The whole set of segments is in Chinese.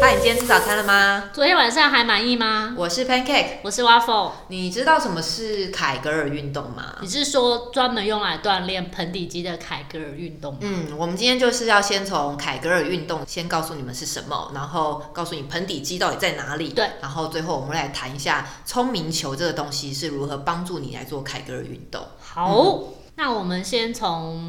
嗨，你今天吃早餐了吗？昨天晚上还满意吗？我是 Pancake。我是 Waffle，你知道什么是凯格尔运动吗？你是说专门用来锻炼盆底肌的凯格尔运动吗？嗯，我们今天就是要先从凯格尔运动先告诉你们是什么，然后告诉你盆底肌到底在哪里。对，然后最后我们来谈一下聪明球这个东西是如何帮助你来做凯格尔运动。好，那我们先从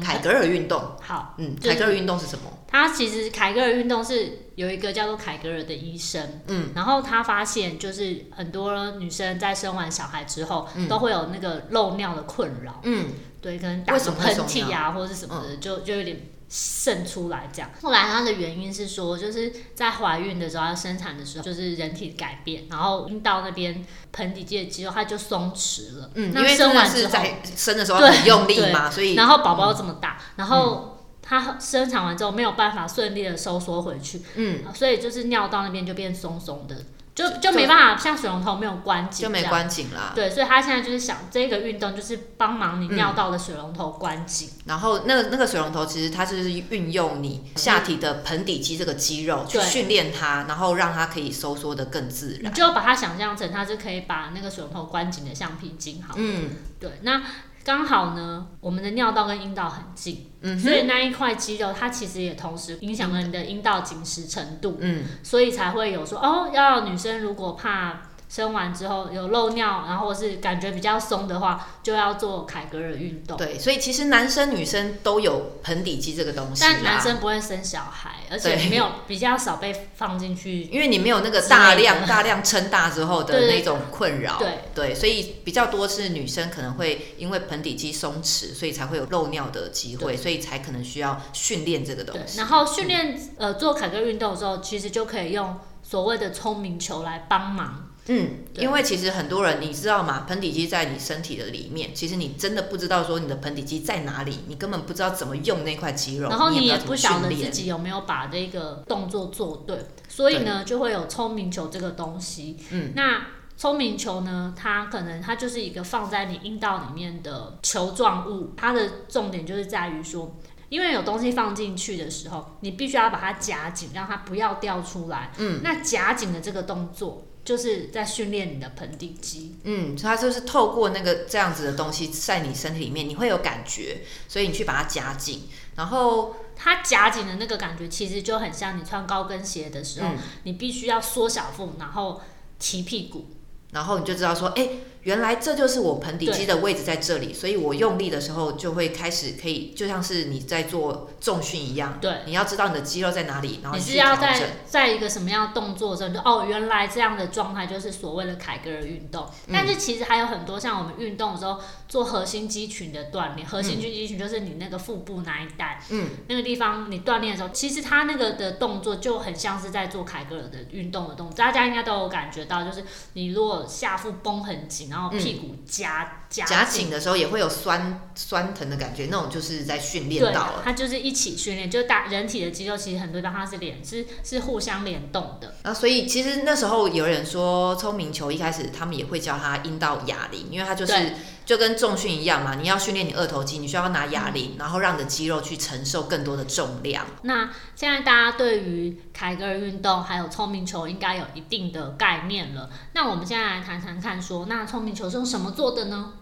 嗯凯格尔运动，好，嗯，就是凯格尔运动是什么？他其实凯格尔运动是有一个叫做凯格尔的医生，嗯，然后他发现就是很多女生在生完小孩之后、嗯都会有那个漏尿的困扰，嗯对，可能打为个什么会嗯喷送嚏啊，或者是什么的，就就有点渗出来这样。后来它的原因是说，就是在怀孕的时候，要生产的时候，就是人体改变，然后阴道那边盆底肌的肌肉它就松弛了。嗯，因那为生真的完之是后，在嗯生的时候很用力对嘛，所以然后宝宝这么大，然嗯后它生产完之后没有办法顺利的收缩回去，嗯所以就是尿道那边就变松松的，就就没办法像水龙头没有关紧，就没。关紧啦。对，所以他现在就是想这个运动就是帮忙嗯你尿道的水龙头关紧。然后那个那个水龙头其实它就是运用你下体的盆底肌这个肌肉去对训练它，然后让它可以收缩的更自你然。就把它想象成它是可以把那个水龙头关紧的橡皮筋好，嗯对，那刚好呢，我们的尿道跟阴道很近，嗯所哼以那一块肌肉它其实也同时影响了你的阴道紧实程度，嗯所以才会有说哦，要女生如果怕生完之后有漏尿，然后或是感觉比较松的话，就要做凯格尔运动。对，所以其实男生女生都有盆底肌这个东西啦，但男生不会生小孩，而且对没有比较少被放进去，因为你没有那个之大类的量大量撑大之后的对对那种困扰，对所以比较多是女生可能会因为盆底肌松弛，所以才会有漏尿的机会，所以才可能需要训练这个东对，西。然后训练呃做凯格尔运动的时候，其实就可以用所谓的聪明球来帮忙。嗯，对因为其实很多人你知道吗？盆底肌在你身体的里面，其实你真的不知道说你的盆底肌在哪里，你根本不知道怎么用那块肌肉，然后你你也不不知道晓怎得么训自练。己有没有把这个动作做对，所以呢就会有聪明球这个东西。嗯，那聪明球呢，它可能它就是一个放在你阴道里面的球状物，它的重点就是在于说。因为有东西放进去的时候，你必须要把它夹紧，让它不要掉出来。嗯，那夹紧的这个动作，就是在训练你的盆底肌。嗯，它就是透过那个这样子的东西在你身体里面，你会有感觉，所以你去把它夹紧。然后，它夹紧的那个感觉，其实就很像你穿高跟鞋的时候，嗯，你必须要缩小腹，然后提屁股。然后你就知道说，哎，原来这就是我盆底肌的位置在这里，所以我用力的时候就会开始可以，就像是你在做重训一样，对，你要知道你的肌肉在哪里，然后你去是调要整。在在一个什么样的动作的时候，你就哦，原来这样的状态就是所谓的凯格尔运动。嗯但是其实还有很多像我们运动的时候做核心肌群的锻炼，核心肌群就是你那个腹部那一带、嗯，那个地方，你锻炼的时候，其实它那个的动作就很像是在做凯格尔的运动的动作。大家应该都有感觉到，就是你如果下腹绷很紧，然后屁股夹、夹夹紧的时候也会有酸酸疼的感觉，那种就是在训练对，到了。它就是一起训练，就是大人体的肌肉，其实很多地方它是连是是互相联动的。那所以其实那时候有人说，聪明球一开始他们也会叫它阴道哑铃，因为它就是对就跟重训一样嘛，你要训练你二头肌，你需要拿哑铃，然后让你的肌肉去承受更多的重量。那现在大家对于凯格尔运动还有聪明球应该有一定的概念了。那我们现在来谈谈看说那聪明球是用什么做的呢？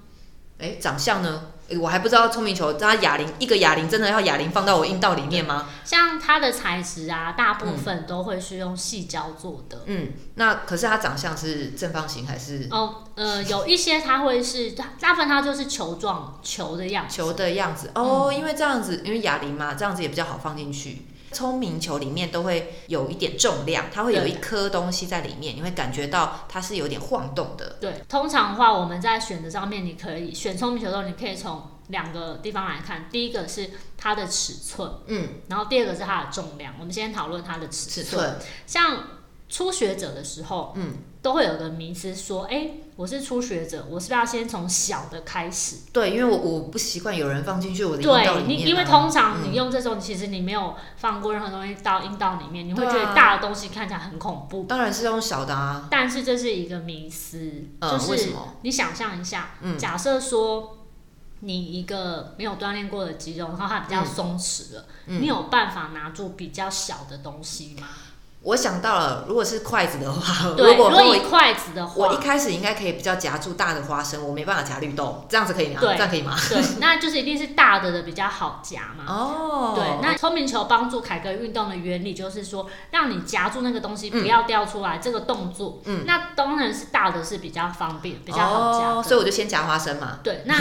哎，长相呢？诶我还不知道聪明球它哑铃一个哑铃真的要哑铃放到我阴道里面吗？像它的材质啊，大部分都会是用细胶做的。嗯，那可是它长相是正方形还是哦，呃，有一些它会是，大大部分它就是球状球的样子。球的样子哦，因为这样子，因为哑铃嘛，这样子也比较好放进去。聪明球里面都会有一点重量，它会有对一颗东西在里面，你会感觉到它是有点晃动的。对，通常的话，我们在选择上面，你可以选聪明球的时候，你可以从两个地方来看。第一个是它的尺寸，嗯，然后第二个是它的重量。我们先讨论它的尺尺寸。寸，像初学者的时候，嗯，都会有个迷思，说，哎，我是初学者，我是不是要先从小的开始？对，因为我我不习惯有人放进去我的阴道对里面啊、你，因为通常嗯你用这种，其实你没有放过任何东西到阴道里面，你会对啊觉得大的东西看起来很恐怖。当然是用小的啊，但是这是一个迷思，嗯就为什是么你想象一下，嗯假设说你一个没有锻炼过的肌肉，然后它比较松弛了，嗯你有办法拿住比较小的东西吗？我想到了，如果是筷子的话，对，呃 如果如果我以筷子的我话一，开始应该可以比较夹住大的花生，我没办法夹绿豆，这样子可以吗？对这样可以吗？对， 那就是一定是大的的比较好夹嘛。哦，对，那聪明球帮助凯格运动的原理就是说，让你夹住那个东西不要掉出来，这个动作，嗯那当然是大的是比较方便，比较好夹的。哦，所以我就先夹花生嘛。对，那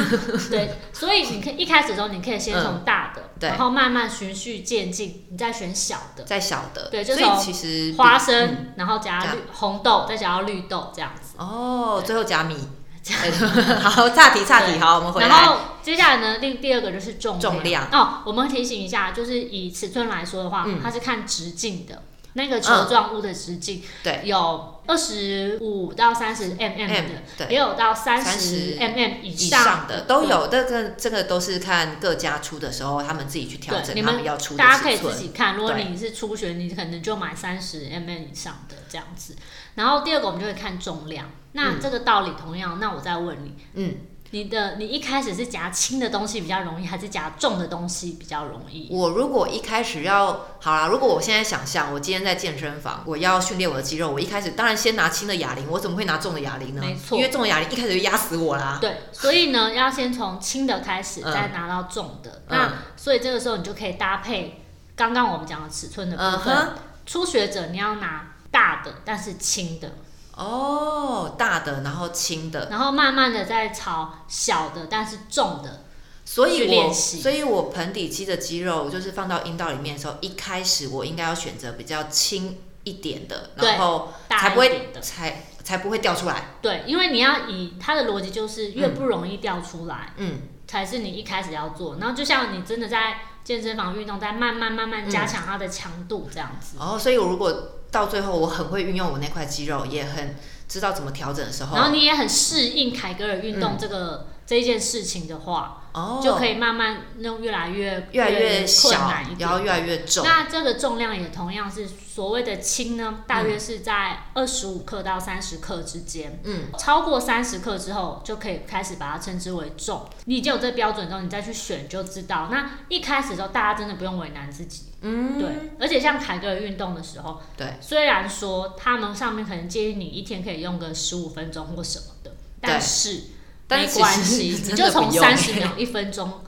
对，所以你可以一开始的时候，你可以先从大的，嗯对然后慢慢循序渐进，你再选小的，再小的，对就所是以其实嗯花生，然后这夹样绿红豆，再夹到绿豆这样子。哦，对最后加 米，加 好，岔题岔题，对好，我们回然来，后接下来呢，另第二个就是重量重量哦，我们提醒一下，就是以尺寸来说的话，嗯它是看直径的，那个球状物的直径，对有二十五到三十 mm 的，也对，有到三十30 mm 以以上上的都。有，这个这个都是看各家出的时候，他们自己去调对整你他们们要出的大家可以尺自寸，己看，如果对你是初学，你可能就买三十 mm 以上的这样子。然后第二个我们就会看重量，那这个道理同样。那我再问你，嗯，你的你一开始是夹轻的东西比较容易，还是夹重的东西比较容易？我如果一开始要好啦，如果我现在想象我今天在健身房，我要训练我的肌肉，我一开始当然先拿轻的哑铃，我怎么会拿重的哑铃呢？没错因为重的哑铃一开始就压死我啦。对，所以呢，要先从轻的开始，嗯再拿到重的。嗯那所以这个时候你就可以搭配刚刚我们讲的尺寸的嗯部分。哼，初学者你要拿大的，但是轻的，哦，大的然后轻的，然后慢慢的再朝小的，但是重的。所以去我，练习所以我盆底肌的肌肉就是放到阴道里面的时候，一开始我应该要选择比较轻一点的，对然后大才一不会点的，才才不会掉出来。对，因为你要以它的逻辑就是越不容易掉出来，嗯，才是你一开始要做。然后就像你真的在健身房运动，再慢慢慢慢加强它的强度，这样子。然后所以我如果到最后我很会运用我那块肌肉，也很知道怎么调整的时候，然后你也很适应凯格尔运动这个、这一件事情的嗯话，哦就可以慢慢弄越来越越来越困小难一，点然。后越来越重。那这个重量也同样是所谓的轻呢，大约是在二十五克到三十克之间。嗯，超过三十克之后，就可以开始把它称之为重。你已经有这个标准之后，你再去选就知道。那一开始的时候，大家真的不用为难自己。嗯，对，而且像凯格尔运动的时候，对，虽然说他们上面可能建议你一天可以用个十五分钟或什么的，但是但没是关其 系实，你真就的从不用三十 秒、一分钟，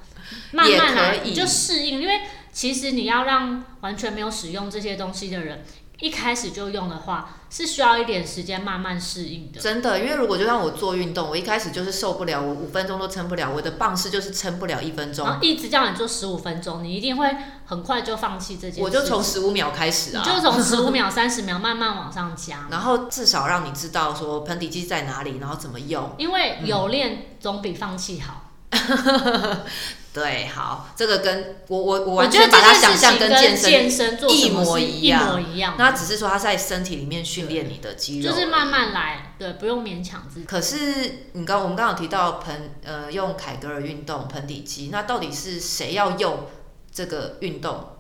慢也慢来可，以你就适应。因为其实你要让完全没有使用这些东西的人一开始就用的话，是需要一点时间慢慢适应的。真的，因为如果就让我做运动，我一开始就是受不了，我五分钟都撑不了，我的棒式就是撑不了一分钟然，后一直叫你做十五分钟，你一定会很快就放弃这件事。我就从十五秒开始你啊，嗯就从十五秒、三十秒慢慢往上加。 然后至少让你知道说盆底肌在哪里，然后怎么用。 因为有练总比放弃好。对，好，这个跟我我我我完觉得全这把它件想事象情跟跟健身，身做什么一模是一一样模一样的，那只是说它在身体里面训练你的肌肉，就是慢。慢来，对，不用勉强自己。可是你刚我们刚刚有提到盆呃用凯格尔运动盆底肌，那到底是谁要用这个运动？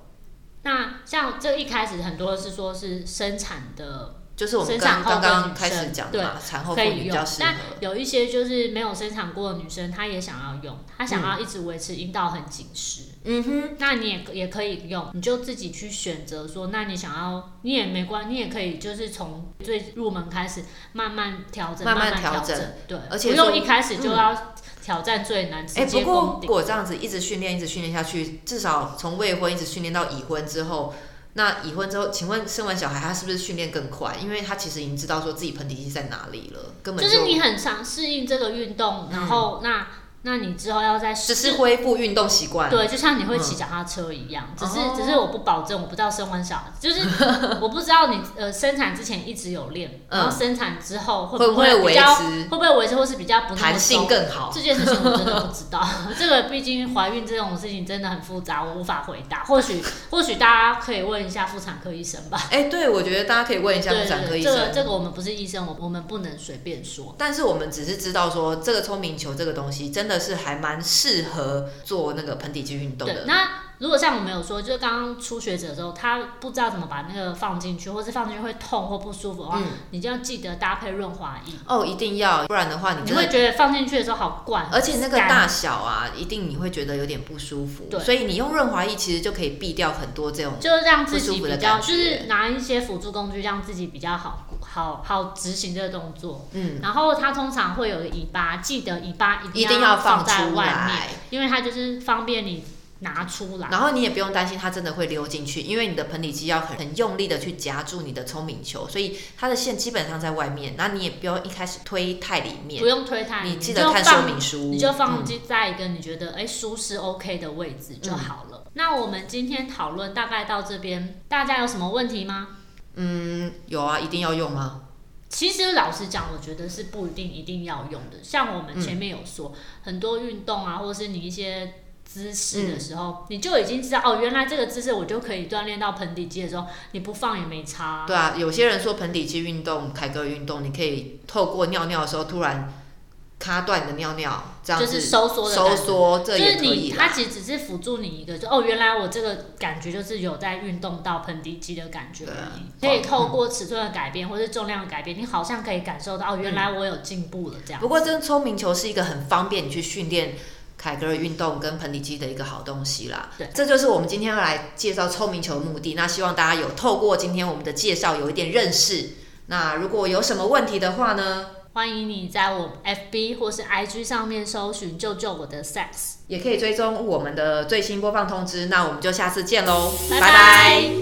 那像这一开始很多是说是生产的就是我们生刚产后的刚刚女开始生讲的嘛，产后妇可女以比用较，适合但。有一些就是没有生产过的女生，她也想要用，她想要一直维持阴道很紧实。嗯哼，那你也也可以用，你就自己去选择说，那你想要，你也没关，你也可以就是从最入门开始，慢慢调整，慢慢慢调调整对，而且不说用一开始就要挑战最难，哎、直不接过攻如顶。果这样子一直训练，一直训练下去，至少从未婚一直训练到已婚之后，那已婚之后，请问生完小孩他是不是训练更快？因为他其实已经知道说自己盆底肌在哪里了，根本就就是你很常适应这个运动，然后那那你之后要再只是就恢复运动习惯。对，就像你会骑脚踏车一样，只是哦只是我不保证，我不知道生完小孩， 就是我不知道你呃生产之前一直有练，嗯然后生产之后会会不会会比维较持会不会维持，或是比较不那么弹性松更好？这件事情我真的不知道， 这个毕竟怀孕这种事情真的很复杂，我无法回答。或许或许大家可以问一下妇产科医生吧。哎、对，我觉得大家可以问一下妇对产对科医对，生。这个这个我们不是医生，我我们不能随便说。但是我们只是知道说，这个聪明球这个东西真的是还蛮适合做那个盆底肌运动对，的。那如果像我们有说，就是刚刚初学者的时候，他不知道怎么把那个放进去，或是放进去会痛或不舒服的话，嗯你就要记得搭配润滑液。哦，一定要，不然的话你你真的会觉得放进去的时候好灌，而且那个哦干大小啊，一定你会觉得有点不舒服，对所以你用润滑液其实就可以避掉很多这种。就是让自不己舒服比的较，感就觉是拿一些辅助工具，让自己比较好好好执行这个动作。嗯，然后它通常会有个尾巴，记得尾巴一一定定要放放在出外面，来，因为它就是方便你拿出来。然后你也不用担心它真的会溜进去，因为你的盆底肌要很很用力的去夹住你的聪明球，所以它的线基本上在外面，那你也不要一开始推太里面不，用推它，你记啊就得看说放明书，你就放嗯在一个你觉得哎、诶舒适 OK 的位置就好嗯了。那我们今天讨论大概到这边，大家有什么问题吗？嗯，有啊，一定要用吗？其实老实讲，我觉得是不一定一定要用的。像我们前面有嗯说，很多运动啊，或者是你一些姿势的时嗯候，你就已经知道哦，原来这个姿势我就可以锻炼到盆底肌的时候，你不放也没差啊、对啊，有些人说盆底肌运动、凯格尔运动，你可以透过尿尿的时候突然卡断你的尿尿，这样就子是收缩的感收觉缩，就这也是可你，以它啦。其实只是辅助你一个，就哦，原来我这个感觉就是有在运动到盆底肌的感觉对啊而已。可以透过尺寸的改变或是重量的改变，你好像可以感受到哦，原来我有进步了这嗯样。不过，这聪明球是一个很方便你去训练凯格尔运动跟盆底肌的一个好东西啦。对这就是我们今天要来介绍聪明球的目的。那希望大家有透过今天我们的介绍有一点认识。那如果有什么问题的话呢，欢迎你在我 FB 或是 IG 上面搜寻“救救我的 sex”，也可以追踪我们的最新播放通知。那我们就下次见喽，拜拜